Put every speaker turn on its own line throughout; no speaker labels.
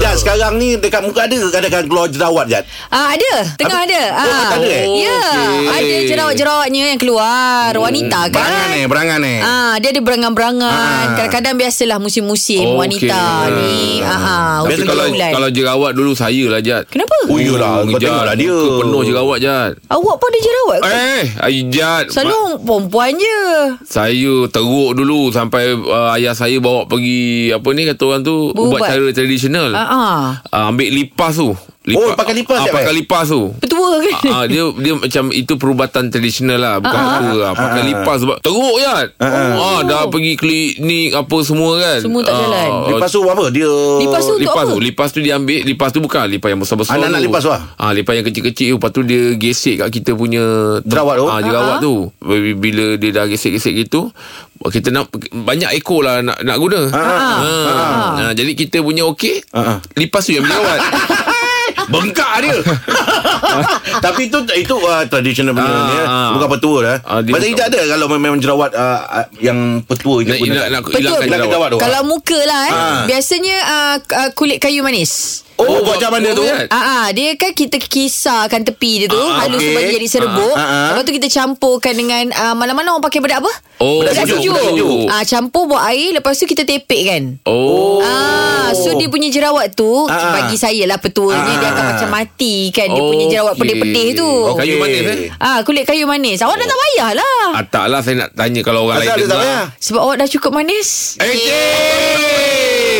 Jat, sekarang ni dekat muka ada ke kadang-kadang keluar jerawat, Jat?
Ah ada, tengah
Apa?
ada.
Oh,
ah.
ada eh?
Ya,
Oh,
Okey.
ada jerawat-jerawatnya yang keluar
Hmm.
wanita kan.
Berangan
eh.
ni, berangan ni.
Ah, dia ada berangan-berangan.
Ah.
Kadang-kadang biasalah musim-musim
Oh, Okey.
wanita ni. Ah, ah,
Tapi
Biasa
kalau
bulan.
kalau jerawat dulu saya lah Jat.
Kenapa?
Oh, iyalah, kau
Jat,
tengoklah dia.
muka Penuh jerawat Jat.
Awak pun ada jerawat ke?
Eh, ay, Jat.
Selalu
Ma-
orang perempuan je.
saya teruk dulu sampai uh, ayah saya bawa pergi apa ni kata orang tu
Berubat.
ubat cara tradisional.
Ah, ah.
Uh, ambil lipas tu.
Oh, pakai lipas,
Ah,
Jat,
pakai
eh?
lipas tu.
Petua ke?
Ah, ah, dia dia macam itu perubatan tradisional lah bukan
Ah, Oh.
apa ah, pakai
Ah.
lipas sebab teruk kan. Ah, dah pergi klinik apa semua kan.
Semua tak
Ah,
jalan.
Lepas tu apa? Dia...
Lipas tu- Untuk
lipas
apa?
tu lipas tu dia ambil lipas tu bukan lipas yang besar-besar
Anak-anak
tu.
lipas tu ah?
ah lipas yang kecil-kecil tu lepas tu dia gesek kat kita punya tem-
Jerawat tu?
ah jerawat
Ah.
tu Bila- bila dia dah gesek-gesek gitu kita nak banyak ekor lah nak nak guna ha
Ah.
Ah, jadi kita punya okey
Ah.
lipas tu yang jerawat bengkak dia
Tapi itu itu uh, traditional punya
Ah,
ni. eh.
ah.
Bukan petua dah.
Ah, dia
Pasal
bukan-
Ijat ada kalau memang jerawat ah, ah, yang petua je
nak
guna.
nak, nak
Betul.
hilangkan
Hilangkan jerawat
jerawat
tu.
Kalau muka lah eh.
Ah.
Biasanya ah, k- ah, kulit kayu manis.
Oh, buat macam mana tu?
Buat.
Ah, ah, dia kan kita kisarkan tepi dia tu
Ah,
halus
okey.
okay. jadi serbuk.
Ah, ah, ah.
Lepas tu kita campurkan dengan ah, mana-mana orang pakai bedak apa?
Oh,
bedak
bedak
sejuk.
sejuk, bedak sejuk.
Ah, campur buat air lepas tu kita tepek kan.
oh Ah,
Ah, so dia punya jerawat tu
ah.
bagi saya lah petuanya dia akan macam mati kan dia punya
Okey.
jerawat pedih-pedih tu.
Kayu
Okey.
manis eh?
Ah, kulit kayu manis. Awak dah tak payah lah.
Ah, taklah saya nak tanya kalau orang
Pasal dia
lain
tak ya? payah.
Sebab awak dah cukup manis.
Eh, cik!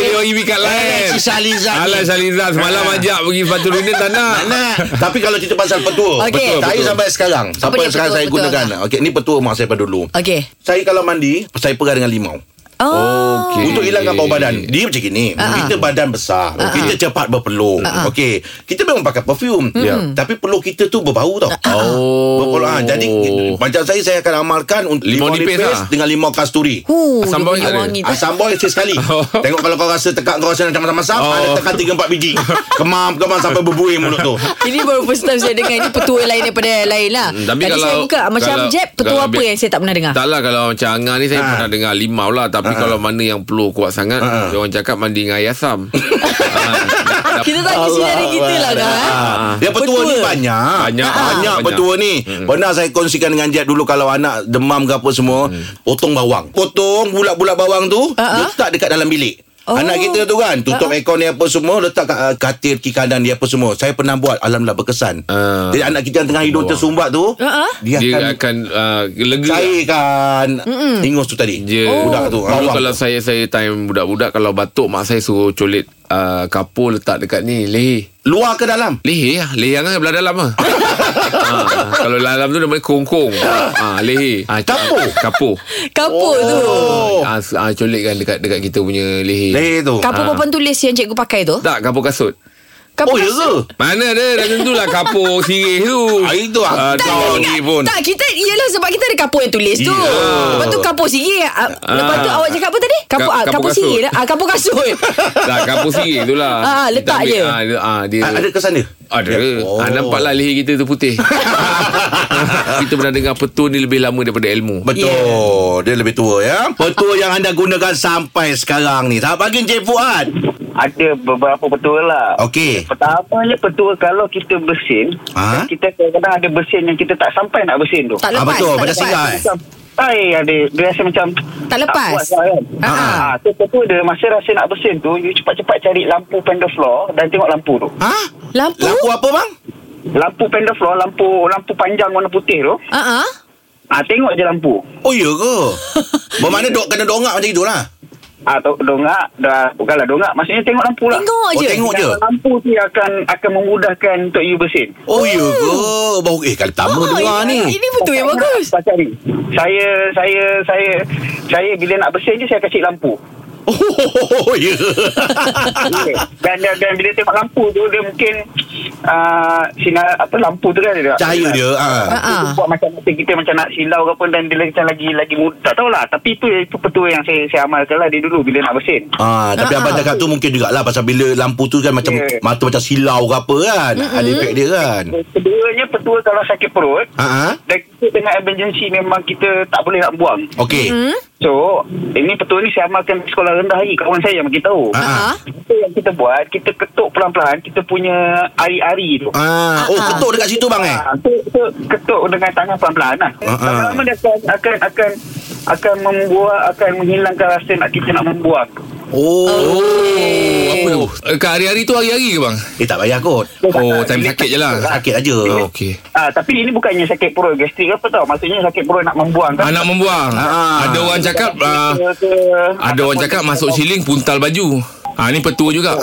Dia orang pergi kat lain.
Si Saliza ni.
Alah, Saliza. Semalam ajak pergi Fatu Dunia tak
Ah.
nak.
Tak nak. Tapi kalau cerita pasal petua.
Okey. Betul,
Saya
betul.
sampai sekarang. Sampai
dia
sekarang
petua,
saya
petua?
gunakan. Okey, ni petua mak saya pada dulu.
Okey.
Saya kalau mandi, saya pegang dengan limau.
Oh.
Okey. Ah,
Untuk hilangkan bau badan Dia macam gini Kita badan besar Kita cepat berpeluh Okey Kita memang pakai perfume
Hmm.
Ya. Tapi peluh kita tu berbau tau
Oh.
Berpeluh ah, Jadi Macam saya Saya akan amalkan untuk
Limau
Limau
nipis
nipis
lah.
Dengan limau kasturi Ah,
Huh,
Asam
dia
bawang
punya
tak ada?
wangi tak-
Asam boil sekali Tengok kalau kau rasa tekak Kau rasa macam masam-masam
Oh.
Ada tekan 3-4 biji Kemam-kemam sampai berbuih mulut tu
Ini baru first time saya dengar Ini petua lain daripada lain lah
Hmm, tapi
Tadi
kalau-
saya buka Macam
kalau-
Jeb Petua
kalau
apa
bi-
yang saya tak pernah dengar
Tak lah kalau macam Angah ni Saya
Ah.
pernah dengar limau lah Tapi kalau mana yang peluh kuat sangat
Ah.
Dia orang cakap mandi dengan air asam Ah, dah-
Kita tak kisi dari kita lah dah eh.
Ah. Dia petua,
Petua.
ni
Ah,
banyak.
Banyak.
Banyak, banyak
Banyak.
petua ni. Hmm. Pernah saya kongsikan dengan Jad dulu kalau anak demam ke apa semua,
Hmm.
potong bawang. Potong bulat-bulat bawang tu
Ah, ah.
letak dekat dalam bilik.
Oh. Ah,
Anak kita tu kan Tutup aircon dia apa semua Letak kat uh, katil kiri kanan dia apa semua Saya pernah buat Alhamdulillah berkesan
Ah.
Jadi anak kita yang tengah hidung
Bawang.
tersumbat tu
Ah, ah.
Dia,
Dia
akan
akan ah, Lega
Cairkan Ingus tu tadi
Dia
Oh. Budak tu
Dulu
bawang.
kalau saya Saya time budak-budak Kalau batuk Mak saya suruh colit ah, Kapur letak dekat ni Leher
Luar ke dalam
Leher lah Leher kan belah dalam lah ha, Kalau dalam tu namanya kongkong ha, Leher ha,
Kapur?
Kapur
Kapur tu
Oh
ha, ha, Colik kan dekat, dekat kita punya leher
Leher tu
Kapur papan tulis Yang cikgu pakai tu
Tak kapur kasut
Oh
Kapur
ya ke
Mana ada Dah tentulah kapur sirih tu
Ah, Itu aku
Ah,
tahu ni pun
tak, kita Yelah sebab kita ada kapur yang tulis tu
Ya.
Lepas tu kapur sirih ah, Lepas tu
Ah.
awak cakap apa tadi? Kapur,
Ka-
ah,
kapur
kapur
kasut.
sirih lah. ah, Kapur kasut
Tak kapur sirih tu lah
Ah, letak
Kita
je.
ambil, ah, ah, dia,
Ah, Ada kesan dia
Ada.
Oh.
Oh. Ha, nampaklah leher kita tu putih. kita pernah dengar petua ni lebih lama daripada ilmu.
Betul yeah. Dia lebih tua ya Petua yang anda gunakan sampai sekarang ni Selamat pagi Encik Fuad
Ada beberapa petua lah.
Okey
Pertamanya petua kalau kita bersin,
Ha?
kita kadang-kadang ada bersin yang kita tak sampai nak bersin tu.
Tak
Ah,
lepas
betul,
tak
pada
lepas.
singgah, eh?
Sampai ada dia rasa macam
Tak lepas.
Tak kuat lah kan.
Ah, ah.
Ah, tu petua dia masa rasa nak bersin tu, you cepat-cepat cari lampu pendaflor dan tengok lampu tu.
Ha?
Lampu?
Lampu apa bang?
Lampu pendaflor, lampu lampu panjang warna putih tu.
Ah, ah.
Ah, tengok je lampu.
Oh iya ke? Bermakna dok kena dongak macam itulah
Ah, tu, dongak, dah bukanlah dongak, maksudnya tengok lampu lah.
Tengok
Oh,
je
tengok je
Lampu tu yang akan akan memudahkan untuk you bersin.
Oh iya ke? Baru eh kali pertama
Ah,
dengar
ini,
ni
Ini betul yang bagus
Pak Cari. Saya saya saya saya bila nak bersin je saya akan cik lampu.
Oh ya
Okey. dan, dan dan bila tengok lampu tu dia mungkin uh, sinar apa lampu tu kan dia.
Cahaya dia ha.
Ah, ah.
Buat macam macam kita macam nak silau ke apa dan dia macam lagi lagi muda. Tak tahulah tapi itu itu petua yang saya saya amalkan lah dia dulu bila nak bersin.
Ah, tapi
Ah,
abang
ah.
cakap tu mungkin jugalah pasal bila lampu tu kan macam
Ya.
mata macam silau ke apa kan. Ada efek dia kan.
Keduanya petua kalau sakit perut
Ha ah.
dan kita dengan emergency memang kita tak boleh nak buang.
Okey.
So Ini petua ni saya amalkan di sekolah rendah lagi Kawan saya yang beritahu
Ah.
Ah.
Apa yang kita buat Kita ketuk pelan-pelan Kita punya ari-ari tu
Ah, oh
Ah.
ketuk dekat situ bang eh.
Ah, tu, tu ketuk dengan tangan pelan-pelan lah.
Ah, ah.
Lama-lama dia akan akan akan akan membuat akan menghilangkan rasa nak kita nak membuang. tu.
Oh,
Apa tu? Eh, Kak hari-hari tu hari-hari ke bang?
eh tak payah kot. Ah,
Oh, time sakit je lah.
Sakit aja.
Oh, Okey.
Ah, tapi ini bukannya sakit perut gastrik apa tau. Maksudnya sakit perut nak membuang kan.
Anak membuang.
Ah.
Ada orang cakap ah, ada orang cakap masuk siling puntal baju. Ah ni petua juga.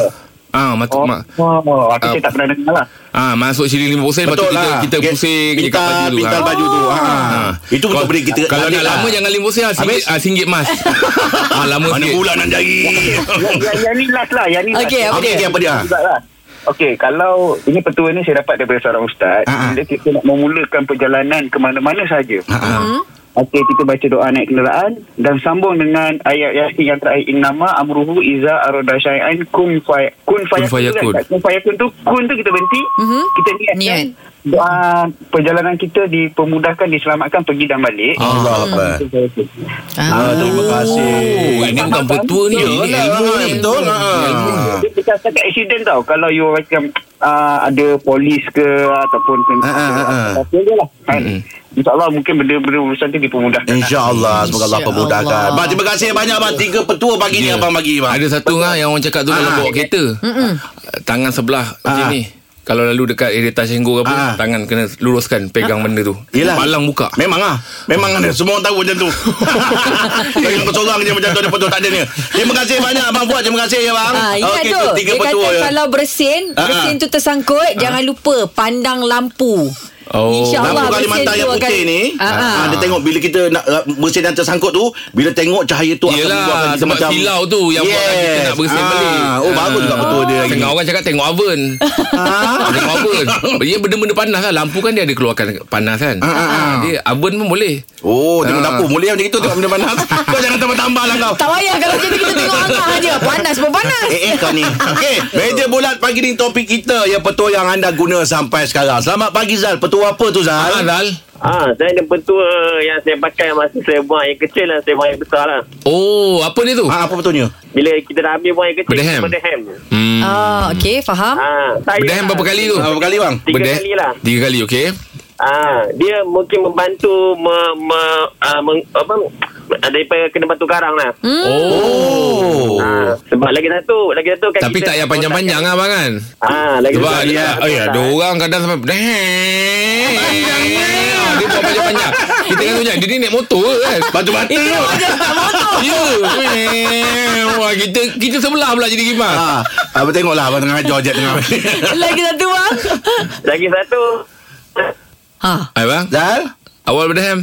Ah masuk
Oh,
mak.
oh, aku
Ah.
saya tak pernah dengar lah.
Ah masuk siling 5% lepas tu
Betul
kita
lah.
kita pusing je
pintal,
kat baju tu.
Pintal
Ah.
baju tu. Ha.
Ah.
Itu betul
Kalau-
boleh kita
Kalau nak
lah.
lama jangan 5% ah singgit ah singgit mas. ah lama
Mana
sikit.
pula nak cari.
yang, yang, yang Ya, ni last lah. Yang ni last.
Okey,
Okey, okey, apa dia?
Juga lah. Okey, kalau ini petua ni saya dapat daripada seorang ustaz,
Ah, ah.
bila kita nak memulakan perjalanan ke mana-mana saja.
Ha, ha.
Hmm.
Okey, kita baca doa naik kenderaan dan sambung dengan ayat yasin yang terakhir innama amruhu iza arada syai'an kun fay kun
fayakun.
fayakun. Kan? Kun fayakun tu kun tu kita berhenti,
Mhm.
kita niatkan
Niat.
doa perjalanan kita dipermudahkan, diselamatkan pergi dan balik.
Allah Akbar. Ah, terima kasih.
Oh, ini bukan petua ni.
Yalah,
Ini ilmu ni.
Betul. Ha.
Dia bukan setakat accident tau Kalau you macam uh, Ada polis ke Ataupun
Ah, ah, ah, ah.
Apa je lah kan? InsyaAllah mungkin benda-benda urusan tu dipermudahkan
Eh. InsyaAllah Semoga Allah
Insya
permudahkan
Allah.
Bang terima kasih banyak bang Tiga petua pagi ni
Ya.
Abang bagi bang
Ada satu ngah yang orang cakap tu kalau
Ah.
bawa kereta. Ah, Tangan sebelah macam
Ah.
ni. Kalau lalu dekat area Tashengo ke apa,
Ah.
tangan kena luruskan pegang benda tu.
Yelah.
Palang buka.
Memang ah Memang ada Semua orang tahu macam tu Bagi kau seorang je macam tu Ada petua tak ada ni Terima kasih banyak Abang buat Terima kasih ya bang
Ha, ingat
Okey,
tu
Tiga
Dia
petua
kata
ya.
kalau bersin
Ah, ah.
Bersin tu tersangkut Jangan lupa Pandang lampu
Oh.
InsyaAllah
Lampu Kalimantan yang putih ni
ha, ha.
ah, Dia tengok bila kita nak uh, Mesin yang tersangkut tu Bila tengok cahaya tu akan
Yelah,
membuatkan kita
sebab
macam
silau tu yang buatkan kita nak bersin balik. Ah.
Oh bagus juga petua dia lagi
Tengok orang cakap tengok oven.
Ah.
tengok oven. Ya benda-benda panas lah. Lampu kan dia ada keluarkan panas kan. Dia oven pun boleh.
Oh tengok
Ah.
dapur Boleh macam itu Tengok benda panas Kau jangan tambah-tambah lah kau
Tak payah kalau macam tu Kita tengok angah je Panas pun panas
Eh eh kau ni Okey Meja bulat pagi ni topik kita Yang petua yang anda guna sampai sekarang Selamat pagi Zal Petua apa tu
Ah,
Zal?
Dal.
Ah, saya ada petua yang saya pakai masa saya buang air kecil dan saya buang air besar lah.
Oh, apa dia tu?
Ah, apa petuanya?
Bila kita dah habis buang air kecil,
Berdehem.
kita berdehem.
Hmm.
Ah, Okey faham
Ah, saya
Berdehem berapa kali tu?
Ah, Berapa kali bang?
Tiga
Berdehem-
kali lah.
Tiga kali, okey.
Ah, dia mungkin membantu me, me, ah, meng, apa, daripada kena batu karang lah. Hmm?
Oh.
Ah, sebab lagi satu, lagi satu kaki
Tapi
kita
tak payah panjang-panjang lah bang kan?
Ah, lagi
Sebab
satu-
dia, oh ya, ada
lah.
orang kadang sampai berdehem. Ah, Dia buat panjang-panjang. Kita kan tunjuk, dia ni naik motor ke kan?
Batu-batu
Ya. berdehem. Wah, kita kita sebelah pula jadi kipas.
Ah, abang tengoklah abang tengah hajar jet tengah.
Lagi satu bang
Lagi satu,
Ha
Hai bang
Zal,
Awal berdehem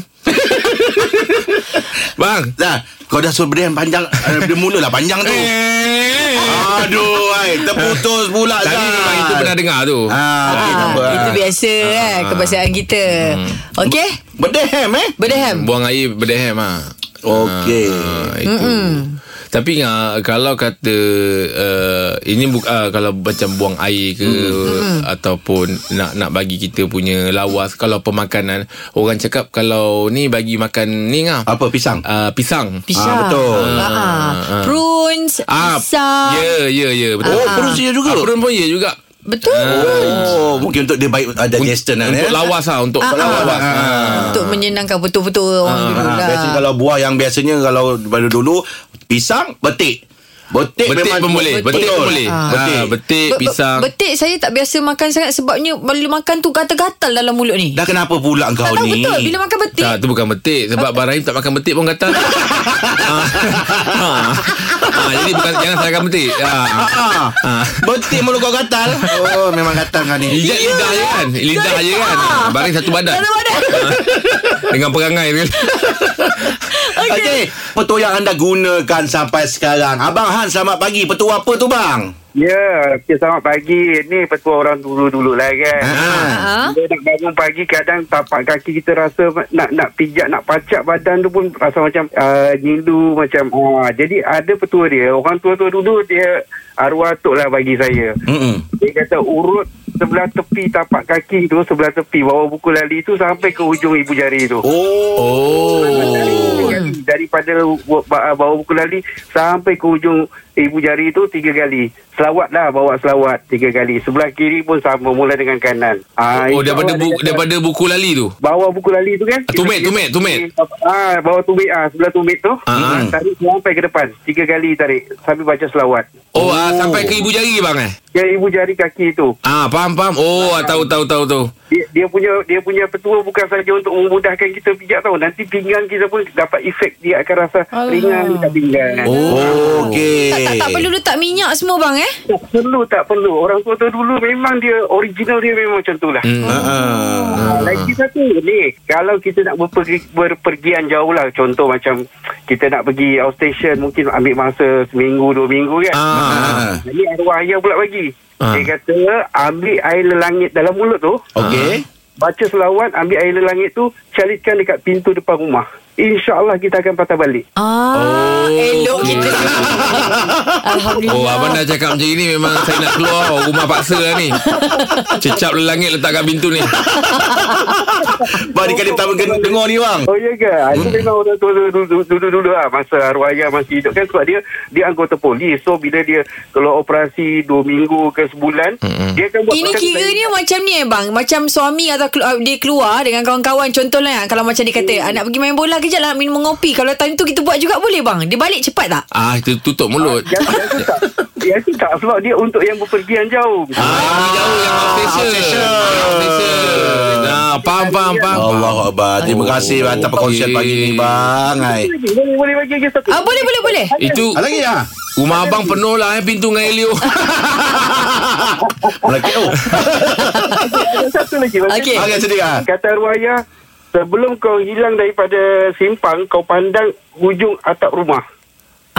Bang
Zal, kau dah suruh beri yang panjang, eh, dia mulalah panjang tu. Aduh, ai, terputus pula Zal.
Tadi memang itu pernah dengar tu
Ah, okey, tak
Ah,
apa.
Itu biasa eh Kebiasaan kita
Hmm.
Okey
Berdehem eh?
Berdehem
Buang air berdehem ah.
Okey.
Ah, itu. Tapi ah, kalau kata uh, ini buka uh, kalau macam buang air ke ataupun nak nak bagi kita punya lawas kalau pemakanan orang cakap kalau ni bagi makan ni ngah
Apa pisang?
uh, pisang.
Pisang
betul.
Ah, ah. Prunes
Ah,
Pisang
Ya, ya, ya, betul.
Oh, perut dia juga?
Ah, perut pun ya juga.
Betul
Oh, mungkin untuk dia baik ada digestion lah. eh.
Untuk lawas lah Untuk
Ah, ah.
lawas ah.
Untuk menyenangkan betul-betul orang dulu
Ah,
lah
biasanya kalau buah yang biasanya kalau pada dulu pisang, betik. Betik,
Betik
memang
pun boleh Betik pun
Betul.
boleh
Ah.
Betik,
Betik.
betik
Be- be-
pisang
Betik saya tak biasa makan sangat Sebabnya bila makan tu gatal-gatal dalam mulut ni
Dah kenapa pula kau
Tak tahu
ni?
betul Bila makan betik
tak, tu Ah, bukan betik Sebab Abang Rahim tak makan betik pun kata ah. Ah. Ah, Jadi bukan, jangan salahkan betik ah.
Ah,
Ah.
betik mulut kau gatal. Oh, memang gatal kau ni.
Lidah, lidah je kan Lidah je kan
Ah.
Barang satu badan
Dalam badan
Dengan perangai tu.
Okey, okay. petua yang anda gunakan sampai sekarang. Abang Han, selamat pagi. Petua apa tu, bang?
Ya, yeah, okay, selamat pagi. Ni petua orang dulu-dulu lah kan.
Ha.
Ah.
Bila nak bangun pagi kadang tapak kaki kita rasa nak nak pijak nak pacak badan tu pun rasa macam uh, nyindu macam uh, jadi ada petua dia orang tua-tua dulu dia arwah atuk lah bagi saya
Mm-mm.
dia kata urut sebelah tepi tapak kaki tu sebelah tepi bawah buku lali tu sampai ke ujung ibu jari tu
Oh.
Oh
Dia kata,
kali daripada wa- ba- ah, bawah buku lali sampai ke ujung ibu jari tu tiga kali. Selawat lah bawa selawat tiga kali. Sebelah kiri pun sama mula dengan kanan. Ah,
Oh daripada buku,
insyaAllah dia kata-
daripada buku lali tu.
bawah buku lali tu kan
Ah, tumit, tumit, tumit.
ah bawah tumit ah sebelah tumit tu
Ah.
ah. tarik sampai ke depan tiga kali tarik sambil baca selawat
Oh,
Oh.
ah, sampai ke ibu jari bang eh.
yang ibu jari kaki tu
Ah faham faham. Oh ah, tahu tahu tahu tahu.
dia, dia punya dia punya petua bukan saja untuk memudahkan kita pijak tau nanti pinggang kita pun dapat efek dia akan rasa
Alah.
ringan kat pinggang
Oh, okey.
Tak, tak, tak perlu letak minyak semua bang eh
tak perlu tak perlu orang tua tu dulu memang dia original dia memang macam tu lah
Hmm.
Ha, ha.
Ah, Lagi satu ni Kalau kita nak berpergi, berpergian jauh lah Contoh macam Kita nak pergi outstation Mungkin ambil masa Seminggu dua minggu kan
Ah.
ah. Ini arwah ayah pula bagi
Ah.
Dia kata Ambil air lelangit dalam mulut tu
Okey.
Baca selawat Ambil air lelangit tu Calitkan dekat pintu depan rumah InsyaAllah kita akan patah balik
Ah, oh, elok kita. Alhamdulillah.
Oh abang dah cakap macam ini memang saya nak keluar rumah paksa lah ni. Cecap lelangit letak kat pintu ni.
Bang, ni kali pertama kena dengar ni bang.
Oh ya ke? Itu
Hmm.
memang orang tua dulu-dulu lah masa arwah ayah masih hidup kan sebab dia dia anggota polis. So bila dia kalau operasi 2 minggu ke sebulan, dia akan buat
Ini
macam
kiranya macam ni eh bang Macam suami atau kelu- ah, dia keluar Dengan kawan-kawan Contohlah eh, Kalau macam dia kata
Hmm.
ah, Nak pergi main bola kejap lah Minum kopi Kalau time tu kita buat juga boleh bang Dia balik cepat tak?
Ah itu tutup mulut.
Yang, yang tu tak. Yang tu tak sebab dia untuk yang berpergian jauh.
Ah, jauh yang outstation. Outstation. Nah, faham faham faham.
Allah Akbar. Terima
Oh.
kasih bang atas perkongsian
Okey.
pagi ni bang. Hai.
Lagi, Boleh, boleh bagi lagi satu.
Ah, boleh boleh boleh
Itu
Ah, lagi ya?
rumah abang penuh lah eh pintu dengan Elio.
Lagi oh.
Ada satu lagi. bagi.
Okey.
Okey sedih ah.
Kata arwah ayah, sebelum kau hilang daripada simpang, kau pandang hujung atap rumah.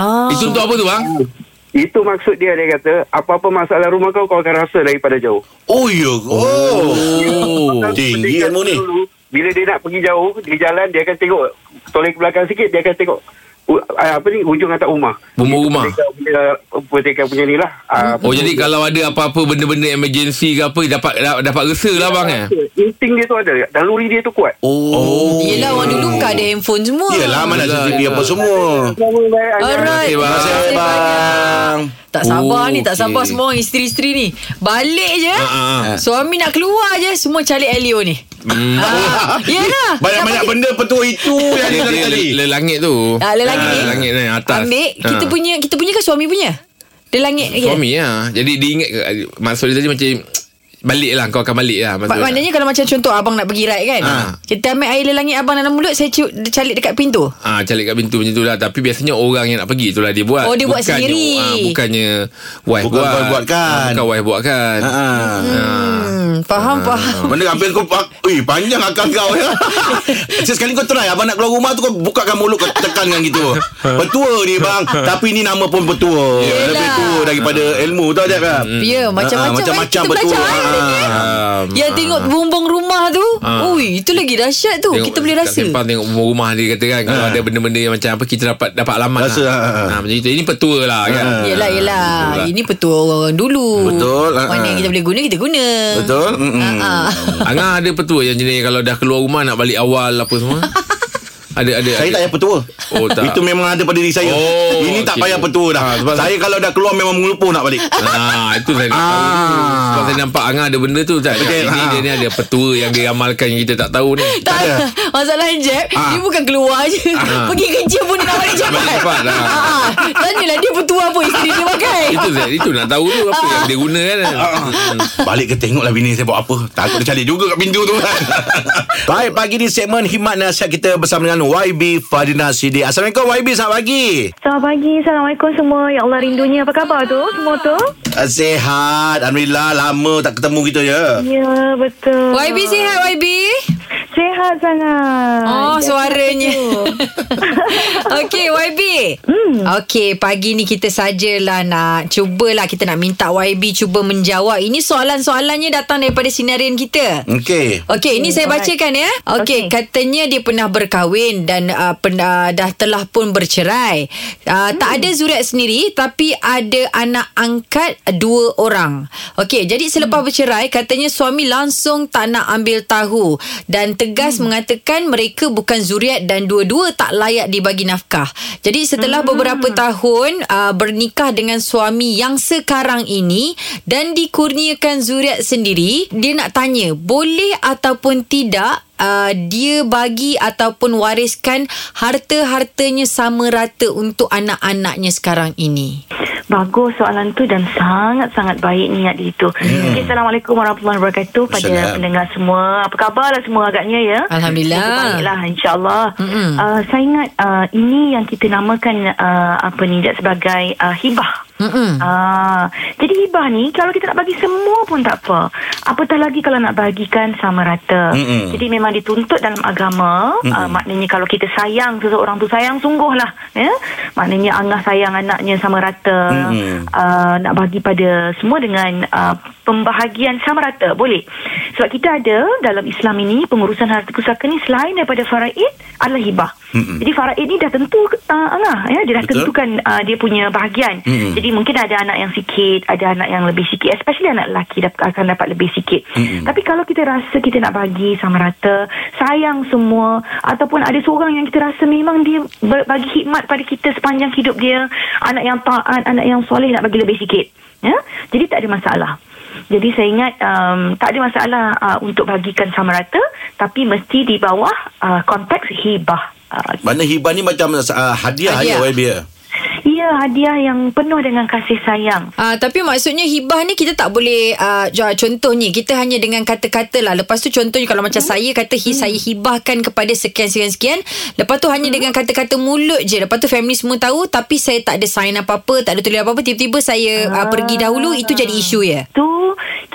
ah.
Itu untuk apa tu bang?
Itu maksud dia dia kata apa-apa masalah rumah kau kau akan rasa daripada jauh.
Oh ya. ke? Oh.
Oh.
Tinggi ilmu ni.
Dulu, Bila dia nak pergi jauh, dia jalan, dia akan tengok toleh ke belakang sikit, dia akan tengok u- ah, apa ni hujung atap rumah.
Bumbung rumah.
Pendekar punya, pendekar punya ni lah. ah,
Oh jadi kalau ada apa-apa benda-benda emergency ke apa dapat dapat resa lah bang eh.
Insting dia tu ada, naluri dia tu kuat.
Oh.
Yelah orang dulu bukan ada handphone semua
Yelah mana
Yelah,
CCTV apa
yelah.
semua.
Alright
Terima kasih,
Terima kasih bang.
Tak sabar
Oh,
oh, ni Tak
okey.
sabar semua orang Isteri-isteri ni Balik je
Ha, ha, ha.
Suami nak keluar je Semua calik Elio ni
Hmm.
ah, Yelah
Banyak-banyak benda petua itu yang
Dia,
dia
dia
tadi.
le- lelangit tu.
Ah, lelangit
Ah,
ni.
Lelangit ni atas.
Ambil Kita
Ah.
punya Kita punya ke suami punya Dia langit ke?
Suami ya. Jadi dia ingat maksud dia tadi macam balik lah kau akan balik lah maksud
Mak- Maknanya kalau macam contoh Abang nak pergi ride kan
Ah.
Kita ambil air lelangit abang dalam mulut Saya cium, dia calik dekat pintu
Ah, calik kat pintu macam tu lah Tapi biasanya orang yang nak pergi Itulah dia buat
Oh, dia buat sendiri.
ah, Bukannya Wife
Bukan
buat
wife buatkan.
ah, Bukan wife buatkan
Ha. ah.
Hmm, faham,
Ah.
faham
Benda hampir kau Eh panjang akal kau ya. Sekali kau try Abang nak keluar rumah tu Kau bukakan mulut Kau tekan dengan gitu Petua ni bang Tapi ni nama pun petua
Yelah.
Lebih tua daripada ilmu Tahu tak kan
Ya, macam-macam
Ah,
kan?
Macam-macam
Kita
petua
belajar, kan?
Ah.
Ah,
Yang Ya, tengok bumbung rumah tu
Ah.
Ui, itu lagi dahsyat tu Kita boleh
kat
rasa
Sempang tengok rumah, rumah dia kata kan Kalau
Ah.
ada benda-benda yang macam apa Kita dapat dapat alamat
Rasa,
lah.
ah, ah.
Ah, Macam itu Ini petua lah kan
Ha.
Yelah, yelah
Betul lah.
Ini petua orang-orang dulu
Betul, ah,
Mana yang
ah.
kita boleh guna, kita guna
Betul Hmm. Mm-mm.
Ah, ah.
Angah ada petua yang jenis Kalau dah keluar rumah Nak balik awal apa semua Ada ada
Saya
ada.
tak payah petua
Oh, tak.
Itu memang ada pada diri saya
Oh,
Ini tak
okey.
payah petua dah
Ah, sebab
Saya kalau dah keluar Memang mengelupuh nak balik
Ah, itu saya nak tahu.
Ah.
Sebab saya nampak Angah ada benda tu tak.
Betul,
Ini
ah.
dia ni ada petua yang dia amalkan yang kita tak tahu ni.
Tak, masalah Jeb
Ah.
Dia bukan keluar je Pergi kerja pun dia nak balik cepat
Balik cepat lah.
Ah, Tanyalah dia petua apa isteri dia pakai
Itu saya itu nak tahu tu apa yang dia guna kan.
Ah. Hmm. Balik ke tengoklah bini saya buat apa Takut dia cari juga kat pintu tu kan Baik pagi ni segmen Himat Nasihat kita bersama dengan YB Fadina Sidi Assalamualaikum YB selamat pagi
Selamat pagi. Assalamualaikum semua. Ya Allah rindunya. Apa khabar tu? Semua tu?
Ah, Sehat Alhamdulillah lama tak ketemu kita ya
Ya, betul.
YB sihat YB
Sehat sangat.
Oh
Ya,
suaranya
betul.
Okey YB Okey pagi ni kita sajalah nak Cubalah kita nak minta YB Cuba menjawab Ini soalan-soalannya datang daripada sinarian kita
Okey
Okey, ini
Okey,
saya
alright.
bacakan ya. Okey,
Okey.
katanya dia pernah berkahwin dan uh, pen, uh, dah telah pun bercerai. Uh, Tak
Hmm.
ada zuriat sendiri tapi ada anak angkat dua
Hmm.
orang. Okey, jadi selepas bercerai katanya suami langsung tak nak ambil tahu dan teng- tegas
Hmm.
mengatakan mereka bukan zuriat dan dua-dua tak layak dibagi nafkah. Jadi setelah beberapa tahun uh, bernikah dengan suami yang sekarang ini dan dikurniakan zuriat sendiri, dia nak tanya boleh ataupun tidak uh, dia bagi ataupun wariskan harta-hartanya sama rata untuk anak-anaknya sekarang ini.
Bagus soalan tu dan sangat-sangat baik niat dia itu. Okay, Assalamualaikum warahmatullahi wabarakatuh pada
Assalam.
pendengar semua. Apa khabar lah semua agaknya ya?
Alhamdulillah.
Semoga Baiklah lah, insyaAllah.
Mm-mm.
Uh, saya ingat uh, ini yang kita namakan uh, apa ni Jad, sebagai uh, hibah.
Mm-mm.
Ah, jadi hibah ni kalau kita nak bagi semua pun tak apa. Apatah lagi kalau nak bagikan sama rata.
Mm-mm.
Jadi memang dituntut dalam agama, ah, maknanya kalau kita sayang seseorang tu sayang sungguhlah, ya. Maknanya angah sayang anaknya sama rata.
Mm-mm.
Ah, nak bagi pada semua dengan ah, pembahagian sama rata, boleh. Sebab kita ada dalam Islam ini pengurusan harta pusaka ni selain daripada faraid adalah hibah.
Mm-mm.
Jadi faraid ni dah tentu uh, angah ya, dia dah
Betul.
tentukan uh, dia punya bahagian.
Mm-mm.
Jadi mungkin ada anak yang sikit, ada anak yang lebih sikit, especially anak lelaki dap- akan dapat lebih sikit.
Mm-mm.
Tapi kalau kita rasa kita nak bagi sama rata, sayang semua ataupun ada seorang yang kita rasa memang dia ber- bagi khidmat pada kita sepanjang hidup dia, anak yang taat, anak yang soleh nak bagi lebih sikit. Ya? Jadi tak ada masalah. Jadi saya ingat um, tak ada masalah uh, untuk bagikan sama rata tapi mesti di bawah uh, konteks hibah. Uh,
Mana hibah ni macam uh, hadiah,
Hadiah.
hadiah. ya YB ya?
ya hadiah yang penuh dengan kasih sayang.
Ah, tapi maksudnya hibah ni kita tak boleh ah, ja- contohnya kita hanya dengan kata-kata lah. Lepas tu contohnya kalau macam saya kata hi, saya hibahkan kepada sekian-sekian-sekian. Lepas tu hanya dengan kata-kata mulut je. Lepas tu family semua tahu tapi saya tak ada sign apa-apa, tak ada tulis apa-apa. Tiba-tiba saya ah. pergi dahulu itu jadi isu ya.
Tu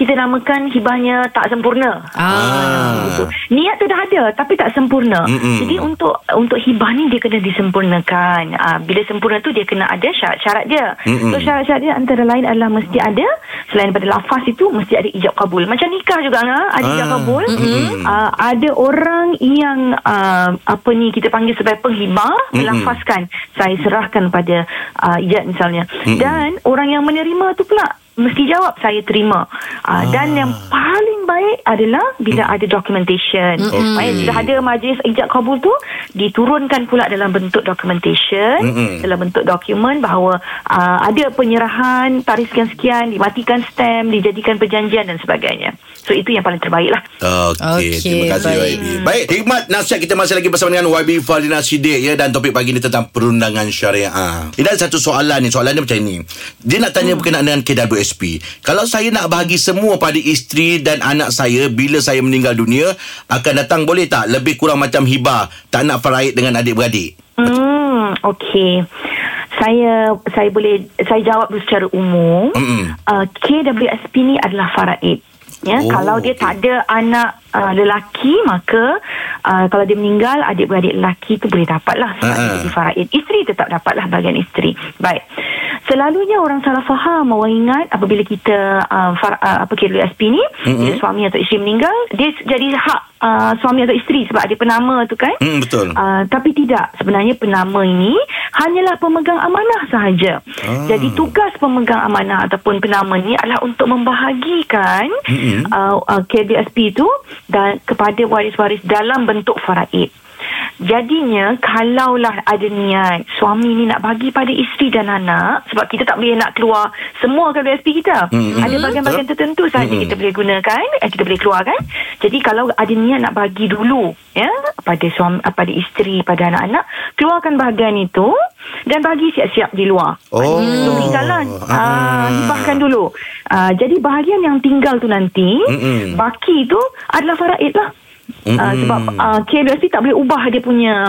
kita namakan hibahnya tak sempurna.
Ah.
Niat tu dah ada tapi tak sempurna.
Mm-mm.
Jadi untuk untuk hibah ni dia kena disempurnakan. Ah bila sempurna tu dia kena ada syarat-syarat dia.
Mm-mm.
So syarat-syarat dia antara lain adalah mesti ada selain daripada lafaz itu mesti ada ijab kabul. Macam nikah juga ngah, ada ijab
Ah,
kabul.
mm-mm.
Ah, ada orang yang ah, apa ni kita panggil sebagai penghibah
Mm-mm.
melafazkan saya serahkan pada ah, ijab misalnya. Dan orang yang menerima tu pula mesti jawab saya terima. Ah, dan yang paling baik adalah bila ada documentation.
Mm-mm.
Maksudnya
Okey.
sudah ada majlis ijab kabul tu diturunkan pula dalam bentuk documentation,
Mm-mm.
dalam bentuk dokumen bahawa uh, ada penyerahan tarikh sekian-sekian, dimatikan stem, dijadikan perjanjian dan sebagainya. So itu yang paling terbaik lah.
Okey, okay,
Okey,
terima kasih
baik.
baik. YB. Baik, hikmat nasihat kita masih lagi bersama dengan YB Fadina Siddiq ya dan topik pagi ni tentang perundangan syariah. Ini ada satu soalan ni, soalan dia macam ni. Dia nak tanya berkenaan dengan KWSP. Kalau saya nak bagi semua pada isteri dan anak saya bila saya meninggal dunia, akan datang boleh tak? Lebih kurang macam hibah, tak nak faraid dengan adik-beradik.
Hmm, okey. Saya saya boleh saya jawab dulu secara umum.
Mm-mm.
Uh, KWSP ni adalah faraid. Ya,
Oh,
oh, kalau dia
okey.
tak ada anak uh, lelaki maka uh, kalau dia meninggal adik-beradik lelaki tu boleh dapatlah sebab
Ha-ha.
dia jadi faraid. Isteri tetap dapatlah bahagian isteri. Baik. Selalunya orang salah faham orang ingat apabila kita uh, far, uh, apa KWSP ni
Mm-mm.
bila suami atau isteri meninggal dia jadi hak uh, suami atau isteri sebab ada penama tu kan.
Hmm, betul.
Uh, tapi tidak sebenarnya penama ini hanyalah pemegang amanah sahaja.
Ah.
Jadi tugas pemegang amanah ataupun penama ni adalah untuk membahagikan
Mm-mm.
uh, uh, KBSP itu dan kepada waris-waris dalam bentuk faraid. Jadinya kalaulah ada niat suami ni nak bagi pada isteri dan anak sebab kita tak boleh nak keluar semua KBSP kita.
Mm-mm.
Ada bahagian-bahagian
Betul.
tertentu sahaja
Mm-mm.
kita boleh gunakan eh, kita boleh keluarkan jadi kalau ada niat nak bagi dulu ya pada suami eh, pada isteri pada anak-anak keluarkan bahagian itu dan bagi siap-siap di luar
Oh.
Sebelum tinggal lah
Ah.
ah. Hibahkan dulu ah, Jadi bahagian yang tinggal tu nanti
Mm-mm.
Baki tu adalah faraid lah Uh,
Mm-mm.
sebab uh, KWSP tak boleh ubah dia punya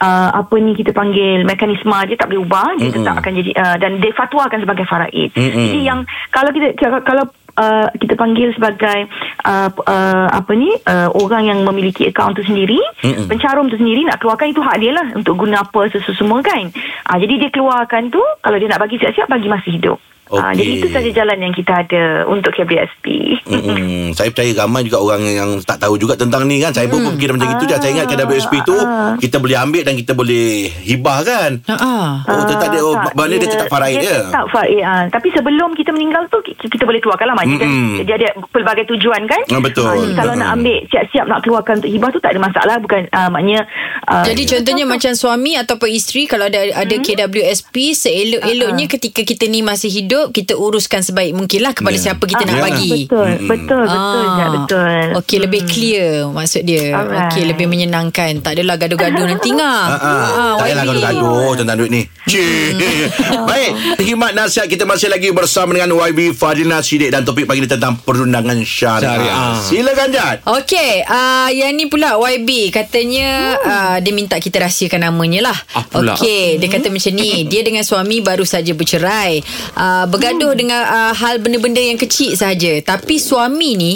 uh, apa ni kita panggil mekanisme dia tak boleh ubah dia
Mm-mm.
tetap akan jadi uh, dan dia fatwakan sebagai faraid.
Mm-mm.
Jadi yang kalau kita kalau uh, kita panggil sebagai uh, uh, apa ni uh, orang yang memiliki akaun tu sendiri,
Mm-mm.
pencarum tu sendiri nak keluarkan itu hak dia lah Ah, untuk guna apa sesuatu semua kan. Uh, jadi dia keluarkan tu kalau dia nak bagi siap-siap bagi masa hidup. Okay. jadi
Okey. Mm.
itu saja jalan yang kita ada untuk KBSP.
Mm-mm. Saya percaya ramai juga orang yang tak tahu juga tentang ni kan. Saya pun fikir macam itu je. Saya ingat KWSP tu kita boleh ambil dan kita boleh hibah kan.
Ha.
Oh, tetap dia oh,
Ah, tak,
mana dia tetap ya? faraid
dia?
dia.
Tetap faraid. Ha. Tapi sebelum kita meninggal tu ki- kita boleh keluarkan lah Mak. Dia,
Mm-mm.
dia ada pelbagai tujuan kan?
Ah, betul.
Ah, jadi kalau
Mm.
nak ambil siap-siap nak keluarkan untuk hibah tu tak ada masalah bukan uh, maknanya ah,
Jadi contohnya macam suami ataupun isteri kalau ada ada KWSP seelok-eloknya ketika kita ni masih hidup kita uruskan sebaik mungkinlah kepada
Ya.
siapa kita
ah,
nak
Ya.
bagi.
Betul, betul, betul,
Ah.
Jad, betul. Hmm.
Okey lebih clear maksud dia.
Alright.
Okey lebih menyenangkan. Tak adalah gaduh-gaduh nanti ngah. Ah,
Ha, ha. tak payahlah
YB.
gaduh-gaduh tentang duit ni. Cik. Baik, khidmat nasihat kita masih lagi bersama dengan YB Fadina Siddiq dan topik pagi ni tentang perundangan syariah.
Syariah.
Silakan Jad.
Okey, uh, yang ni pula YB katanya hmm. uh, dia minta kita rahsiakan namanya lah.
Ah, pula.
Okey, dia kata macam ni, dia dengan suami baru saja bercerai. Uh, bergaduh hmm. dengan uh, hal benda-benda yang kecil saja. Tapi suami ni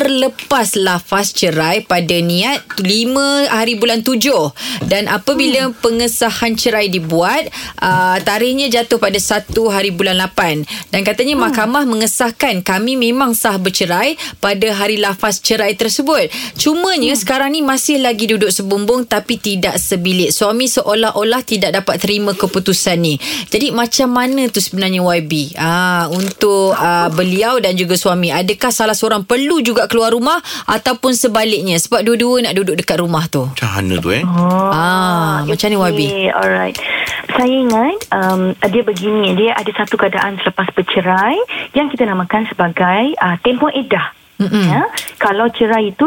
terlepas lafaz cerai pada niat 5 hari bulan 7 dan apabila hmm. pengesahan cerai dibuat, uh, tarikhnya jatuh pada 1 hari bulan 8 dan katanya hmm. mahkamah mengesahkan kami memang sah bercerai pada hari lafaz cerai tersebut. Cumanya hmm. sekarang ni masih lagi duduk sebumbung tapi tidak sebilik. Suami seolah-olah tidak dapat terima keputusan ni. Jadi macam mana tu sebenarnya YB? Ah untuk ah, beliau dan juga suami adakah salah seorang perlu juga keluar rumah ataupun sebaliknya sebab dua-dua nak duduk dekat rumah tu?
Macam mana tu eh?
Oh,
Ah, macam ni, Wabi?
alright. Saya ingat um, dia begini, dia ada satu keadaan selepas bercerai yang kita namakan sebagai uh, tempoh edah.
Mm-mm.
Ya, kalau cerai itu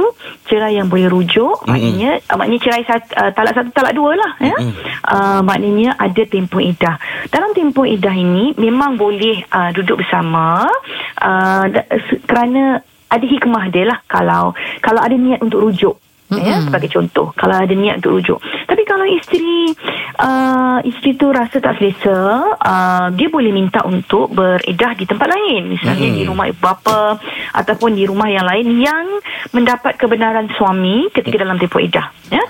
cerai yang boleh rujuk, maknanya uh, maknanya cerai sat, uh, talak satu talak dua lah ya. Uh, maknanya ada tempoh edah. Dalam tempoh edah ini memang boleh uh, duduk bersama uh, da- se- kerana ada hikmah dia lah kalau kalau ada niat untuk rujuk ya sebagai contoh kalau ada niat untuk rujuk tapi kalau isteri uh, isteri tu rasa tak selesa uh, dia boleh minta untuk beredah di tempat lain misalnya di rumah ibu bapa ataupun di rumah yang lain yang mendapat kebenaran suami ketika dalam tempoh edah ya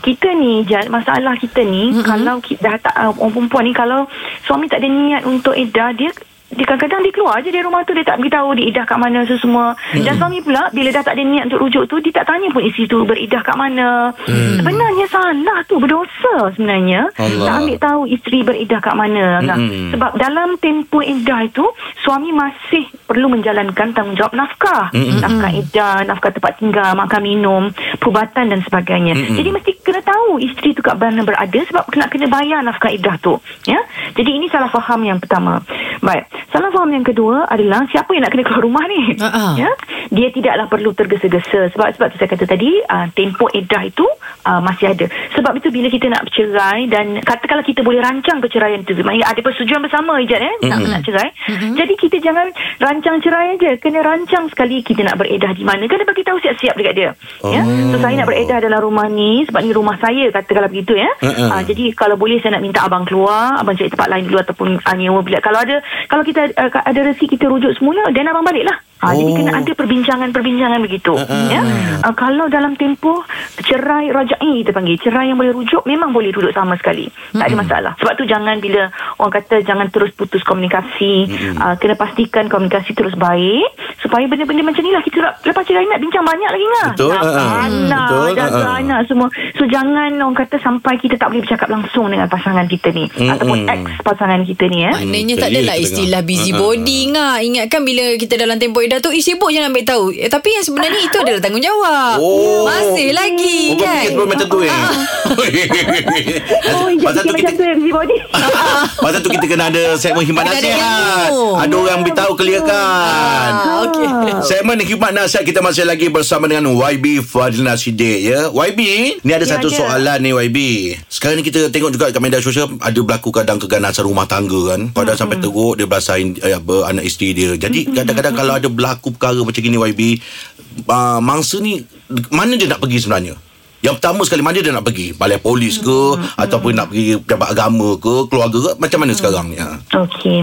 kita ni Jad, masalah kita ni kalau kita dah tak uh, orang perempuan ni kalau suami tak ada niat untuk edah dia dia kadang-kadang dia keluar je dari rumah tu dia tak beritahu dia idah kat mana tu semua hmm. dan suami pula bila dah tak ada niat untuk rujuk tu dia tak tanya pun isteri tu beridah kat mana hmm. sebenarnya salah tu berdosa sebenarnya
Allah.
tak ambil tahu isteri beridah kat mana kan?
Mm-mm.
sebab dalam tempoh idah itu suami masih perlu menjalankan tanggungjawab nafkah nafkah idah nafkah tempat tinggal makan minum perubatan dan sebagainya jadi mesti kena tahu isteri tu kat mana berada sebab kena kena bayar nafkah idah tu ya jadi ini salah faham yang pertama baik salah faham yang kedua adalah siapa yang nak kena keluar rumah ni
Ha-ha.
ya dia tidaklah perlu tergesa-gesa sebab sebab tu saya kata tadi uh, tempoh edah itu uh, masih ada sebab itu bila kita nak bercerai dan katakanlah kita boleh rancang perceraian itu maknanya ada persetujuan bersama ejak eh nak nak cerai jadi kita jangan rancang cerai aja kena rancang sekali kita nak beredah di mana kena bagi tahu siap-siap dekat dia ya so saya nak beredah dalam rumah ni sebab ni rumah saya katakanlah begitu ya
Mm-mm.
uh, jadi kalau boleh saya nak minta abang keluar abang cari tempat lain dulu ataupun uh, nyewa bilik kalau ada kalau kita uh, ada rezeki kita rujuk semula dan abang baliklah Ha, oh. Jadi
Oh. Ah,
kena ada perbincangan-perbincangan begitu. Uh-uh. Ya? Uh, kalau dalam tempoh cerai rajai kita panggil, cerai yang boleh rujuk memang boleh duduk sama sekali. Tak
Hmm.
ada masalah. Sebab tu jangan bila orang kata jangan terus putus komunikasi,
Hmm.
uh, kena pastikan komunikasi terus baik supaya benda-benda macam ni lah kita lep- lepas cerai nak bincang banyak lagi ngah.
Betul,
Nak
uh-uh.
anak,
Betul,
jaga
uh-uh.
anak semua. So jangan orang kata sampai kita tak boleh bercakap langsung dengan pasangan kita ni ataupun ex pasangan kita ni ya.
Maknanya tak
jadi
adalah
kita
istilah
dengar.
busy
ha.
body ngah. Ingatkan bila kita dalam tempoh edah tu, eh sibuk je nak ambil tahu. Eh, tapi yang sebenarnya itu adalah tanggungjawab.
Oh.
Masih lagi
Oh, kau
kan.
fikir sebelum macam tu eh.
Oh,
Pasal
jadi
tu kita
macam tu busy body.
Pasal tu kita kena ada segmen khidmat
Ada
nasihat.
ilmu.
Ada orang beritahu kan? clearkan.
Ah, okey.
Segmen khidmat nasihat kita masih lagi bersama dengan YB Fadlina Siddiq ya. YB, ni ada
Ya,
satu
ada.
soalan ni YB. Sekarang ni kita tengok juga kat media sosial ada berlaku kadang keganasan rumah tangga kan. Kadang sampai teruk dia berasa eh, apa anak isteri dia. Jadi kadang-kadang kalau ada berlaku perkara macam gini YB, uh, mangsa ni mana dia nak pergi sebenarnya? Yang pertama sekali mana dia nak pergi? Balai polis ke ataupun nak pergi pejabat agama ke, keluarga ke macam mana sekarang ni? Ha.
Okey.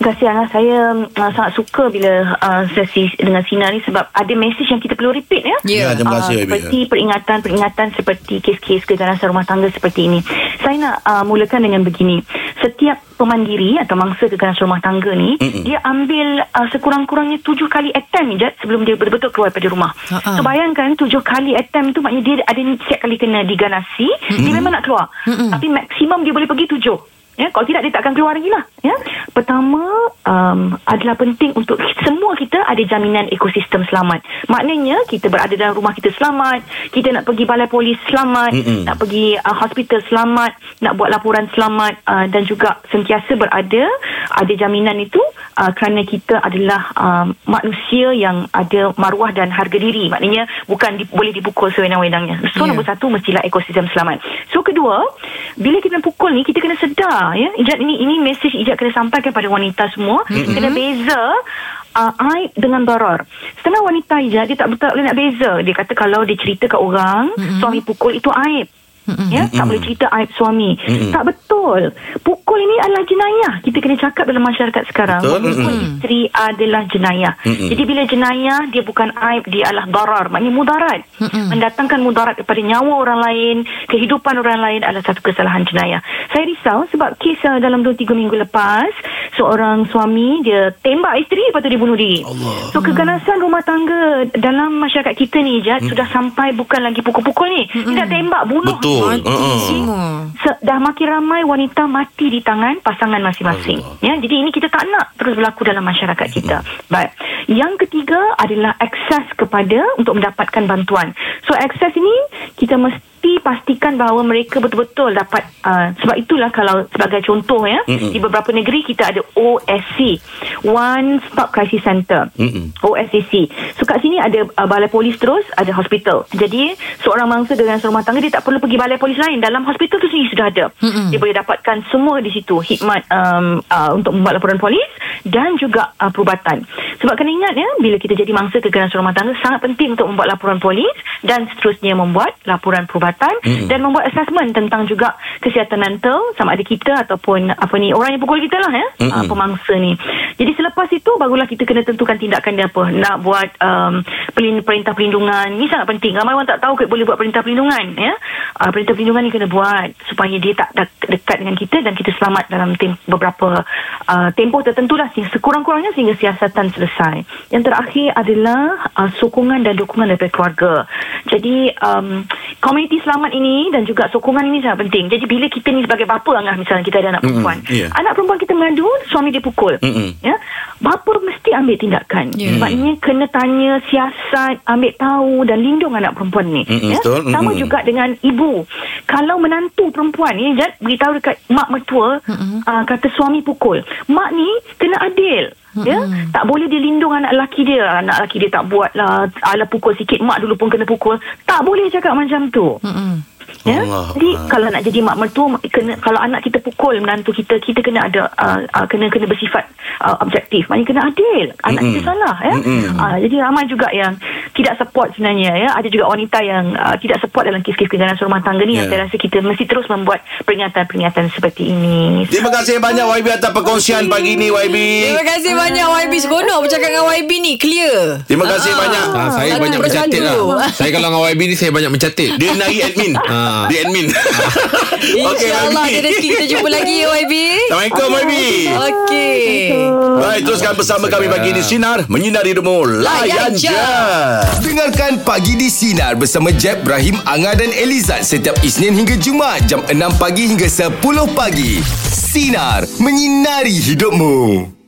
Kasihan lah saya uh, sangat suka bila uh, sesi dengan Sina ni sebab ada mesej yang kita perlu repeat ya.
Ya.
Ya, terima kasih YB.
Ah, seperti peringatan-peringatan seperti kes-kes keganasan rumah tangga seperti ini. Saya nak uh, mulakan dengan ah, begini. Setiap pemandiri atau mangsa kekanan rumah tangga ni
Mm-mm.
Mm-mm. dia ambil uh, sekurang-kurangnya tujuh kali attempt ni Jad, sebelum dia betul-betul keluar daripada rumah.
Ha-ha.
So bayangkan tujuh kali attempt tu maknanya dia ada ni setiap kali kena diganasi mm-hmm. dia memang nak keluar. Mm-hmm. Tapi maksimum dia boleh pergi tujuh. Ya, kalau tidak dia tak akan keluar lagi lah. Ya. Pertama um, adalah penting untuk semua kita ada jaminan ekosistem selamat. Maknanya kita berada dalam rumah kita selamat, kita nak pergi balai polis selamat,
Mm-mm.
Mm-mm. nak pergi uh, hospital selamat, nak buat laporan selamat uh, dan juga sentiasa berada ada jaminan itu uh, kerana kita adalah um, manusia yang ada maruah dan harga diri. Maknanya bukan di, boleh dipukul sewenang-wenangnya.
Ya.
So yeah. nombor satu mestilah ekosistem selamat. So kedua, bila kita pukul ni kita kena sedar ya. Ijat ini ini mesej Ijat kena sampaikan pada wanita semua, mm-hmm. kena beza uh, aib dengan barar. Setengah wanita Ijat dia tak betul tak boleh nak beza. Dia kata kalau dia cerita kat orang, mm-hmm. suami pukul itu aib. Mm-hmm. Ya, tak boleh cerita aib suami.
Mm-mm.
Mm-hmm. Tak betul. Pukul ini adalah jenayah. Kita kena cakap dalam masyarakat sekarang.
Betul.
Memukul
Mm-mm.
isteri adalah jenayah.
Mm-mm.
Jadi bila jenayah dia bukan aib, dia adalah darar. Maknanya mudarat. Mm-mm. Mendatangkan mudarat kepada nyawa orang lain, kehidupan orang lain adalah satu kesalahan jenayah. Saya risau sebab kes uh, dalam 2 3 minggu lepas seorang suami dia tembak isteri lepas tu dia bunuh diri. Allah. So keganasan rumah tangga dalam masyarakat kita ni Jad
Mm.
sudah sampai bukan lagi pukul-pukul ni. Mm-mm. Dia dah tembak bunuh.
Betul.
Mati
Uh-uh.
semua.
Se- dah makin ramai wanita mati di tangan pasangan masing-masing. Ya, jadi ini kita tak nak terus berlaku dalam masyarakat kita. Baik. Yang ketiga adalah akses kepada untuk mendapatkan bantuan. So akses ini kita mesti pastikan bahawa mereka betul-betul dapat uh, sebab itulah kalau sebagai contoh ya
Mm-mm.
di beberapa negeri kita ada OSC One Stop Crisis Center.
Mm-mm.
OSCC. So kat sini ada uh, balai polis terus, ada hospital. Jadi seorang mangsa dengan rumah tangga dia tak perlu pergi balai polis lain. Dalam hospital tu sendiri sudah ada. Mm-hmm. Dia boleh dapatkan semua di situ. Khidmat um, uh, untuk membuat laporan polis dan juga uh, perubatan. Sebab kena ingat ya, bila kita jadi mangsa keganasan rumah tangga sangat penting untuk membuat laporan polis dan seterusnya membuat laporan perubatan
Mm-mm.
mm-hmm. dan membuat assessment tentang juga kesihatan mental sama ada kita ataupun apa ni orang yang pukul kita lah ya,
Mm-mm.
mm-hmm. uh, pemangsa ni. Jadi selepas itu barulah kita kena tentukan tindakan dia apa. Nak buat um, pelin- perintah perlindungan. Ini sangat penting. Ramai orang tak tahu ke boleh buat perintah perlindungan ya. Uh, perintah perlindungan ni kena buat supaya dia tak dek- dekat dengan kita dan kita selamat dalam tem- beberapa uh, tempoh tertentu lah se- sekurang-kurangnya sehingga siasatan selesai. Yang terakhir adalah uh, sokongan dan dukungan daripada keluarga. Jadi um, komuniti selamat ini dan juga sokongan ini sangat penting. Jadi bila kita ni sebagai bapa Angah misalnya kita ada anak perempuan.
ya.
Anak perempuan kita mengadu suami dia pukul.
Mm-mm.
Ya. Bapa mesti ambil tindakan.
Ya.
Yeah. Maknanya kena tanya siasat, ambil tahu dan lindung anak perempuan ni.
Mm-mm,
ya.
Hmm, betul.
Sama
Mm-mm.
juga dengan ibu. Kalau menantu perempuan ni, Jad, beritahu dekat mak mertua, uh, kata suami pukul. Mak ni kena adil. Ya, tak boleh dia lindung anak lelaki dia. Anak lelaki dia tak buat lah, ala pukul sikit, mak dulu pun kena pukul. Tak boleh cakap macam tu.
Mm-mm.
Ya?
Allah.
Jadi kalau nak jadi mak mertua kena kalau anak kita pukul menantu kita kita kena ada uh, uh, kena kena bersifat uh, objektif. Maknanya kena adil. Anak
Mm-mm.
kita salah ya.
Mm-mm.
Uh, jadi ramai juga yang tidak support sebenarnya ya. Ada juga wanita yang uh, tidak support dalam kes-kes keganasan rumah tangga ni
Ya.
yang saya rasa kita mesti terus membuat peringatan-peringatan seperti ini.
Terima kasih banyak YB atas perkongsian pagi ni YB.
Terima kasih banyak YB Seronok bercakap dengan YB ni Clear
Terima kasih banyak.
Ah, saya
Lagu
banyak
berlagu.
mencatat lah. saya kalau dengan YB ni saya banyak mencatat.
Dia nari admin.
Ah.
Dia admin. Okey
InsyaAllah ada rezeki kita jumpa lagi ya YB
Assalamualaikum YB.
Okey
Baik, teruskan bersama kami pagi di Sinar Menyinari Demo Layan
Layan je.
Je
Dengarkan Pagi di Sinar bersama Jeb, Ibrahim, Anga dan Elizad setiap Isnin hingga Jumaat jam 6 pagi hingga 10 pagi. Sinar. Menyinari hidupmu.